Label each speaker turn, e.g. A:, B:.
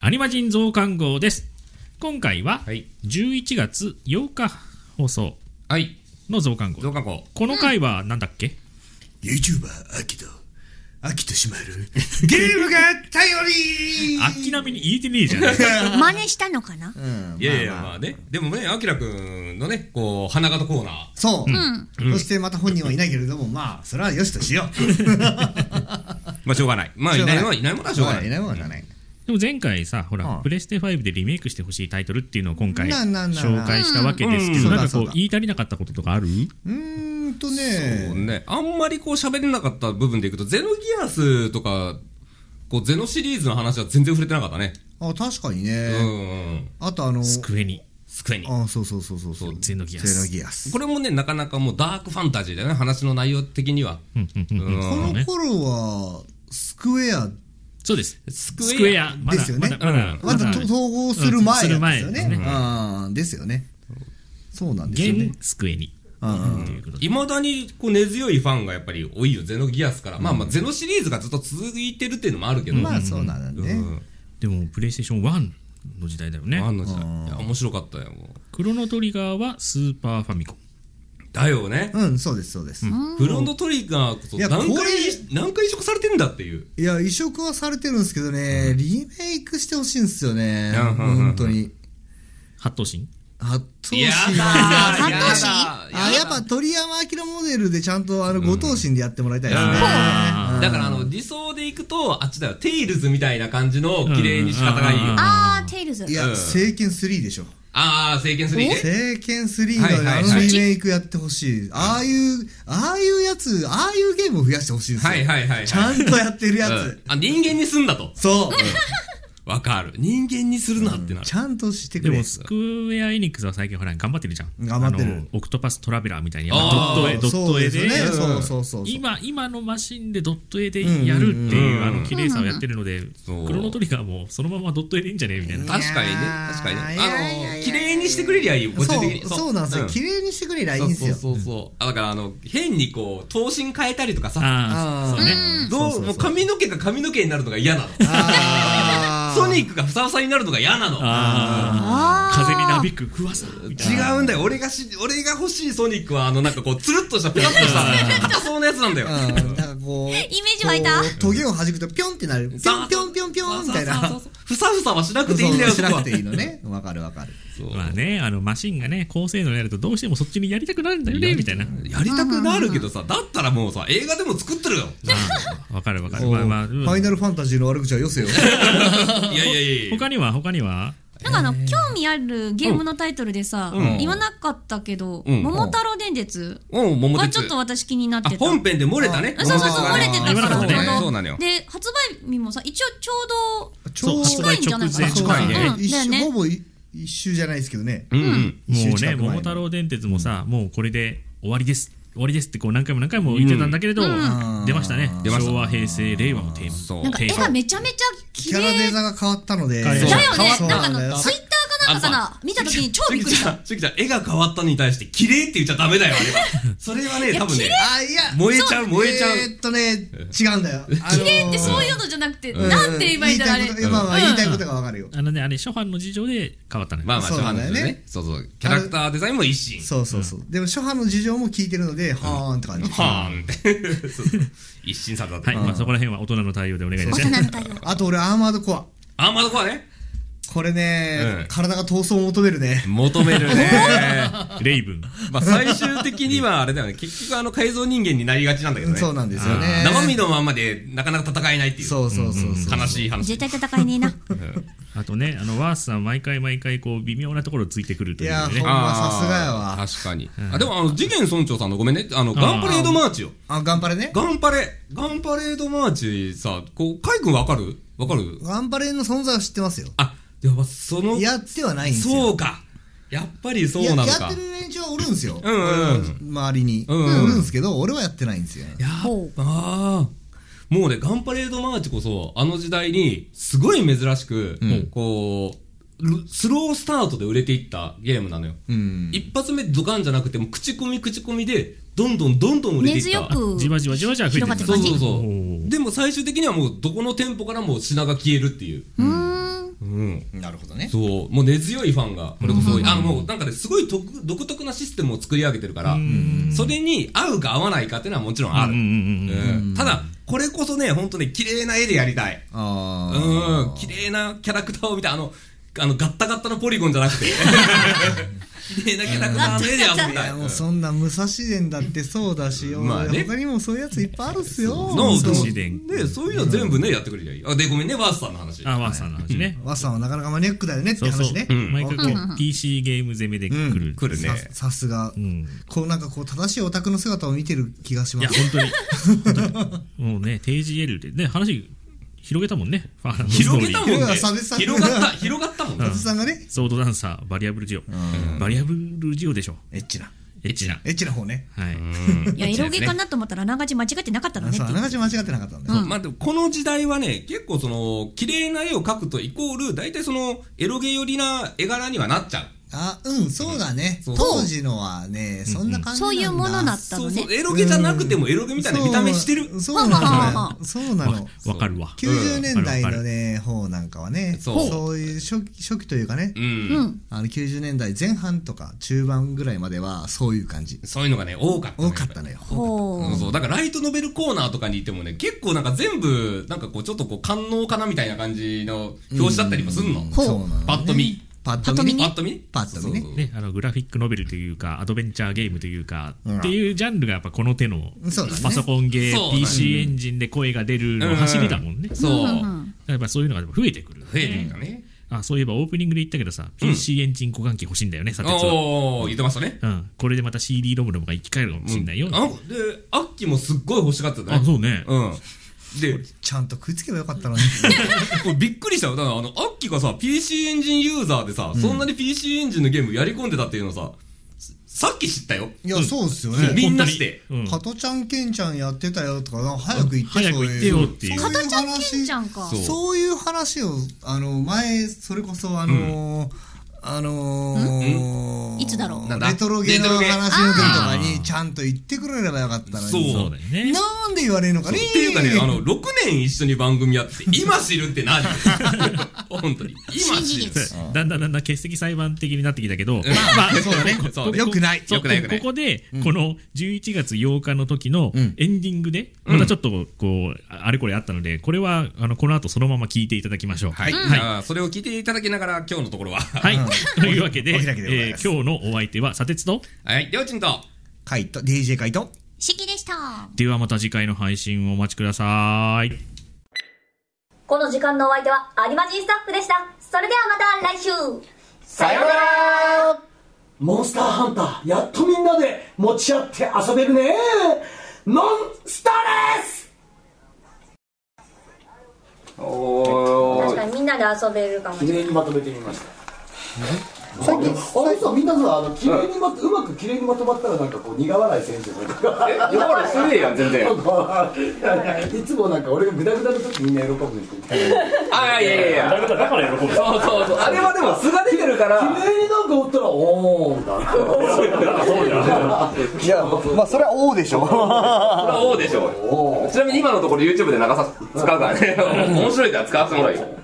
A: アニマ人増刊号です。今回は
B: はい。
A: 11月8日放送
B: はい。
A: の増刊号。
B: 増刊号。
A: この回はなんだっけ
C: YouTuber 秋と秋としま る
B: ゲームが頼り
A: あきなみに言えてねえじゃん。
D: 真似したのかな
B: いやいや、まあね。でもね、あきらくんのね、こう、花形コーナー。
C: そう、そしてまた本人はいないけれどもまあそれはよしとしよう
B: まあ、しょうがない。まあ、い
C: しょうが
B: な
C: な
B: いもんは
C: い
B: いないものはしょうがない。
C: いないもんはない
A: でも前回さ、ほら、
C: うん
A: プレステ5でリメイクしてほしいタイトルっていうのを今回
C: なあなあなあ
A: 紹介したわけですけ
C: うん
A: ど、なんか
C: そうだそう
A: こう
C: だ
A: 言い足りなかったこととかある
C: うーんと
B: そう
C: ね
B: ね、あんまりこう喋れなかった部分でいくと、ゼノギアスとか、こうゼノシリーズの話は全然触れてなかったね。
C: あ確かに
B: うん
C: ね、
B: うんうん。
C: あとあの
A: スクエニ。
B: スクエニ。
C: あそうそうそうそうそう
A: ゼノギアス
C: ゼノギアス
B: これもね、なかなかもうダークファンタジーだよね、話の内容的には。
A: うんうんうんうん
B: こ
C: こ
A: そう
C: の
A: ね
C: 頃はスクエア
A: そうです。
B: ス
A: スクエ
B: ア。
A: ア、ま
C: で
A: だ
C: すよ
A: ま
C: ね
A: だまだ
C: まだ
A: まだ
C: と統合する前
A: うん
C: ですよ
A: する前です
C: ね
A: ね
C: あーですよねそうなんですよね
A: 現スクエニ。
C: うん
A: ということで
B: いまだにこう根強いファンがやっぱり多いよ、ゼノギアスから。まあまあ、ゼノシリーズがずっと続いてるっていうのもあるけど。
C: まあそうなんだ
B: うん、
C: ね、
A: でも、プレイステーション1の時代だよね。
B: あの時代。いや、面白かったよ、もう
A: クロノトリガーはスーパーファミコン。
B: だよね。
C: うん、そうですそうです、
B: フロントトリガーこそ
C: いや
B: 何回
C: これ、
B: 何回移植されてんだっていう。
C: いや、移植はされてるんですけどね、リメイクしてほしいんですよね。
B: うんうんうんうん
C: 本当に。
A: 八頭身
C: 発頭身
B: やだ
C: あ、
D: ー
B: や
D: やだ
C: やっぱ鳥山明モデルでちゃんとあの、ご頭身でやってもらいたいですね。
A: あ
B: だからあの理想でいくとあっちだよテイルズみたいな感じの綺麗に仕方がいい
A: うん
B: よ、
A: うんうん
B: あ
D: あー、テイルズ。
C: いや、
B: うん
C: 聖剣3でしょ。
B: あー聖剣3ね
C: 聖剣
B: はいは
C: 3
B: い
C: の
B: はい
C: あのリメイクやってほしい。ああいう、ああいうやつ、ああいうゲームを増やしてほしいんですよ。
B: はいはいはいはい
C: ちゃんとやってるや
B: うん
C: つ。
B: あ人間にすんだと
C: そう。
B: わかる人間にするなってなる
C: ちゃんとして
A: で
C: くれ
A: も、。スクエア・エニックスは最近ほら、頑張ってるじゃん。
C: 頑張ってる
A: あのオクトパス・トラベラーみたいに、ド
B: あ
A: ッ
B: ー
A: ト絵、ドット絵
C: そう
A: で。
C: です
B: う
C: ね。
B: ん
C: そうそうそうそう。
A: 今、今のマシンでドット絵でやるっていう、あの、綺麗さをやってるので、
B: うん
A: クロノトリガーもそのままドット絵でいいんじゃねみたいな。
B: 確かにね
C: いやー
B: 確かにね
C: いやいやいや
B: あ
C: い
B: の
C: や
B: 綺麗にしてくれりゃいいよ個人的に
C: そうそうなんですよ、
B: ん
C: 綺麗にしてくれりゃいいんですよ
B: そうそうそうそうあだからあの変にこう頭身変えたりとかさ
A: ああ、そうね。
B: どうもう髪の毛が髪の毛になるのが嫌なの
C: あー
B: ソニックがふさふさになるのが嫌なの
A: ああ、風になびく不わさ。みたいな
B: 違うんだよ俺がし俺が欲しいソニックはあのなんかこうつるっとしたペラッとした硬そうなやつなんだよ
C: うんなんかこうイメー
D: イメージ湧いた。
C: トゲを弾くとピョンってなるピ
B: そう
C: ョンピョンピョンピョンみたいな
B: そうそうそうふさふさはしなくていいんだよ
C: そう
B: そ
C: し
B: こ
C: な
B: は
C: くていいのねわかるわかる
B: そう
A: まあね、あの、マシンがね、高性能になるとどうしてもそっちにやりたくなるんだよね、みたいな。
B: やりたくなるけどさだったらもうさ映画でも作ってるよ
A: あーわかるわかる。
C: おう
A: まあまあ、う
C: フ
A: ん
C: ァイナルファンタジーの悪口はよせよ
B: いやいやいやいや
A: 他には、他には
D: なんかあの、興味あるゲームのタイトルでさ、言わなかったけど、
B: うん
D: 桃太郎電鉄
B: おう桃
D: は
B: 鉄
D: ちょっと私気になっ
B: あ
D: てた。
B: 本編で漏れたね
D: あそうそうそう、
B: 桃
D: 漏れ
B: 鉄
D: て
B: が
D: たから、
A: あ言わなかったね
D: ちょうど
B: そうなのよ
D: で、発売日もさ、一応ちょうど、
C: ちょうど
A: そう
D: 近いんじゃないかな。
A: 発売直前近いね
D: うん、
C: 一
D: だよ
C: 周ほ
D: ね。
C: ぼい一周じゃないですけどね
B: うんうん
C: 一周
A: もう
C: 近
A: ね、
C: く前
A: 桃太郎電鉄もさ、もうこれで終わりです。終わりですってこう何回も何回も言ってたんだけれど、出ましたね。
B: 出ました
A: 昭和、平成、令和のテーマ。
B: そう
D: なんか
A: テ
D: 絵
A: ーマ
D: がめちゃめちゃ綺
C: キャラデ
D: 麗
C: ザが変わったので
A: 変えた
D: だよ
C: そう
D: ね。なんかあ
C: だよ
D: の、ツイッターかなんかかな、見た時に超びっ
B: 関
D: くりし
B: ち
D: た
B: ゃ。ん関ちゃん絵が変わったのに対して綺麗って言っちゃダメだよあれ はそれはね多分ね
C: あいや
B: 燃えちゃう燃えちゃう
C: えーっとね違うんだよ
D: 綺麗ってそういうのじゃなくて、
C: う
D: なんて言えばいいんだろう、あ
C: 言
D: れ
C: いたい。ことまあまあ
D: うん
C: 言いたいことがわかるよ
A: あのね、あれ、初版の事情で変わったのよ。
B: まあまあ
C: そうなんだよね
B: しょうがないそうそうキャラクターデザインも一新
C: そうそうそうでも初版の事情も聞いてるのではーんって感じ
B: はーんって そうそう一新されたと
A: はい、まあそこら辺は大人の対応でお願いしま
D: 大
A: す
D: 人。の対応。
C: あと俺アーマードコア
B: あまだこはね
C: これね、
B: うん
C: 体が闘争を求めるね。
B: 求めるね
A: レイブン。
B: まあ最終的にはあれだよね結局あの改造人間になりがちなんだけどね
C: そうなんですよね。
B: 生身のまんまでなかなか戦えないっていう
C: そうそうそうそう。
B: 悲しい話
D: 絶対戦いねえな。
A: あとね、あの、ワースさん、毎回毎回、こう、微妙なところをついてくるという
C: いや
A: ね
C: ほ。んまさすがやわ
B: あー確かに、あでもあの次元村長さんのごめんねあのガンパレードマーチよ
C: あ、ガンパレね。
B: ガンパレガンパレードマーチさこうカイ君わかるわかる
C: ガンパレの存在は知ってますよ。
B: あやっぱその
C: やってはないんですよ。
B: そうかやっぱりそうなの
C: やや
B: か
C: ってる連中はおるんですよ。
B: うんうんうん
C: 周りに。
B: うんうん
C: おるんですけど、俺はやってないんですよ。
B: やっぱもうね、ガンパレードマーチこそ、あの時代に、すごい珍しく、こう、ルスロースタートで売れていったゲームなのよ。
C: うん。
B: 一発目ドカンじゃなくて、もう口コミ口コミで、どんどんどんどん売れて
D: 根
B: いった。
D: 強く。
A: じわじわじわじわ増えて
D: 広
A: る
D: が
B: そ
D: っ
B: う
D: て
B: そう
D: 感
B: そ
D: じ
A: おー
B: う。でも最終的にはもう、どこの店舗からも品が消えるっていう。
D: うーん。
B: うん。
E: るほどね。
B: そう、もう根強いファンが、これこそ多い、あのもうなんかね、すごい独独特なシステムを作り上げてるから、それに合うか合わないかっていうのはもちろんある。
A: うんうん
B: うんただ、これこそね、本当ね、綺麗な絵でやりたい。
C: ああ。
B: うん、綺麗なキャラクターを見た、あの、あの、ガッタガッタのポリゴンじゃなくて、綺麗なキャラクターの絵でやり
C: い
B: たい。
C: や
B: う
C: もうんそんな武蔵伝だってそうだしよ、
B: まあね
C: 他にもそういうやついっぱいあるっすよ
B: の
A: そう
B: そう
A: 自然
B: ね、そういうの全部ね、やってくれりゃいい。あ、で、ごめんね、ワースさんの話。
A: あワーさんの話ね。
C: ワッさんはなかなかマニアックだよねって
A: そうそ
C: 話
A: う
C: ね。
B: ん
A: 毎回こ
D: うん
A: う PC ゲーム攻めで来る。
B: 来るね。
C: ささすが、
A: うん。
C: こうなんかこう正しいオタクの姿を見てる気がし
A: い
C: ま
A: や、
C: す
A: 本当に。本当 にもうね、定時エルで、ね、話広げたもんね。ファンのストーリ
B: 広
A: ー
B: げたもんね
C: いや差別。差別
B: 広がった、広がったもんね
C: お。じさんがね
A: ソードダンサー、バリアブルジオ。バリアブルジオでしょ。
C: エッチな
A: エッチな。
C: エッチな方ね
A: はい。
D: いや、エロゲかなと思ったら、あながち間違ってなかったのねって
C: そうあ
D: いう
C: ながち間違ってなかったんだ
B: そ
C: よ、
B: うまあでもこの時代はね、結構その、綺麗な絵を描くとイコール、大体その、エロゲ寄りな絵柄にはなっちゃう。
C: あうんそうだね、
B: そう
C: 当時のはねそんな感じなんだ
D: そういうものだった
B: そ
D: の
B: う
D: ね
B: そう、。エロゲじゃなくてもエロゲみたいな見た目して
C: そ
B: る
C: う。そうな
D: はあはあは
C: のそうなの
A: わわかるわ。
C: 90年代のね方なんかはね
B: そう
C: そういう初期初期というかね
B: う。
D: うんん。
C: あの90年代前半とか中盤ぐらいまではそういう感じ
B: そういうのがね、多かったね。
C: 多かったのよ
D: ほ
B: うんそう、だからライトノベルコーナーとかにいてもね、結構なんか全部、なんかこう、ちょっとこう、官能かなみたいな感じの表紙だったりもすんの。
C: そうなのね
B: パッと見。
C: パッと見
B: パ
C: ね
B: ッと見
C: パッと見ね
B: そうそうそう
A: ね、あのグラフィックノベルというかアドベンチャーゲームというか、
C: うん
A: っていうジャンルがやっぱこの手の、
C: そうだね
A: パソコンゲ
B: そうだ
A: ー
B: ね
A: PC エンジンで声が出るの走りだもんね、
B: そう。
D: うんう
B: 増
D: ん
A: やっぱそういうのが増えてくる、
B: えてんだね。
A: あそういえばオープニングで言ったけどさ PC エンジン互換機欲しいんだよね、さては、
B: おー、言ってましたね。
A: うん、これでまた CD ロムロムが生き返るかもしれないよ、
B: うん
A: あ
B: あで、アッキーもすっごい欲しがってたね。
A: そうね、
B: うん。で、
C: ちゃんと食いつけばよかった のに
B: これびっくりしたよ。だから、あの、アッキーがさ、PC エンジンユーザーでさ、そんなに PC エンジンのゲームやり込んでたっていうのさ、ささっき知ったよ。
C: いやそうっすよ
B: そう
C: ね
B: みんなして。
A: うん、
C: 加トちゃんケンちゃんやってたよとかなんか早く言って
A: 早く言ってよっていう
D: 加トちゃんケンちゃ
C: ん
D: んか
B: そ。う
C: そういう話をあの前それこそあのーあのー
D: んいつだろう
B: なんだ
C: レトロゲーの
B: レトロゲー
C: 話の時とか
A: あー
C: にちゃんと言ってくれればよかったのに
B: そう
A: そうだよね
C: なんで言われるのかね
B: っていうかね、あの、6年一緒に番組やって、今知るって何 本当に。今知る。
A: そうだんだんだんだん欠席裁判的になってきたけど、ま
B: まあ、 そうだね。そう
C: よくない
A: そう
B: よくないよくない
A: ここで、この11月8日の時の
C: ん
A: エンディングで、またちょっとこう、ああれこれあったので、これはあのこの後そのまま聞いていただきましょう。
B: はい。
A: は
B: じ
A: い。
B: ゃあ、それを聞いていただきながら、今日のところは。
A: はい というわけで、え
C: お開きでござい
A: ー
C: ます
A: 今日のお相手は、砂鉄と、
B: はい。りょうちんと。
C: カイト DJ カイト
D: シキでした。
A: ではまた次回の配信をお待ちください。
F: この時間のお相手はアニマジンスタッフでした。それではまた来週
G: さようなら
H: モンスターハンター、やっとみんなで持ち合って遊べるねモンスターです
G: お
F: 確
G: ー
F: かにみんなで遊べるかもしれ
H: い、
F: な
H: き
F: い。
H: れいにまとめてみました。最近、あれさ、みんなさ、あの、綺麗にまと、うまく綺麗にまとまったら、なんかこう、苦笑いせんじゃんなんか。
G: いや俺それでええやん全然
H: いつもなんか俺がグダグダの時みんな喜ぶんですけど 綺麗に
G: あいやいやいやだから喜ぶそうそうそうあれはでも素が出てるから
H: なんかおったら、おーみたいな。
E: いや、まあ、それは王でしょ。
G: それは王でしょちなみに今のところ YouTube で流さ使うからね面白いから使わせてもらうよ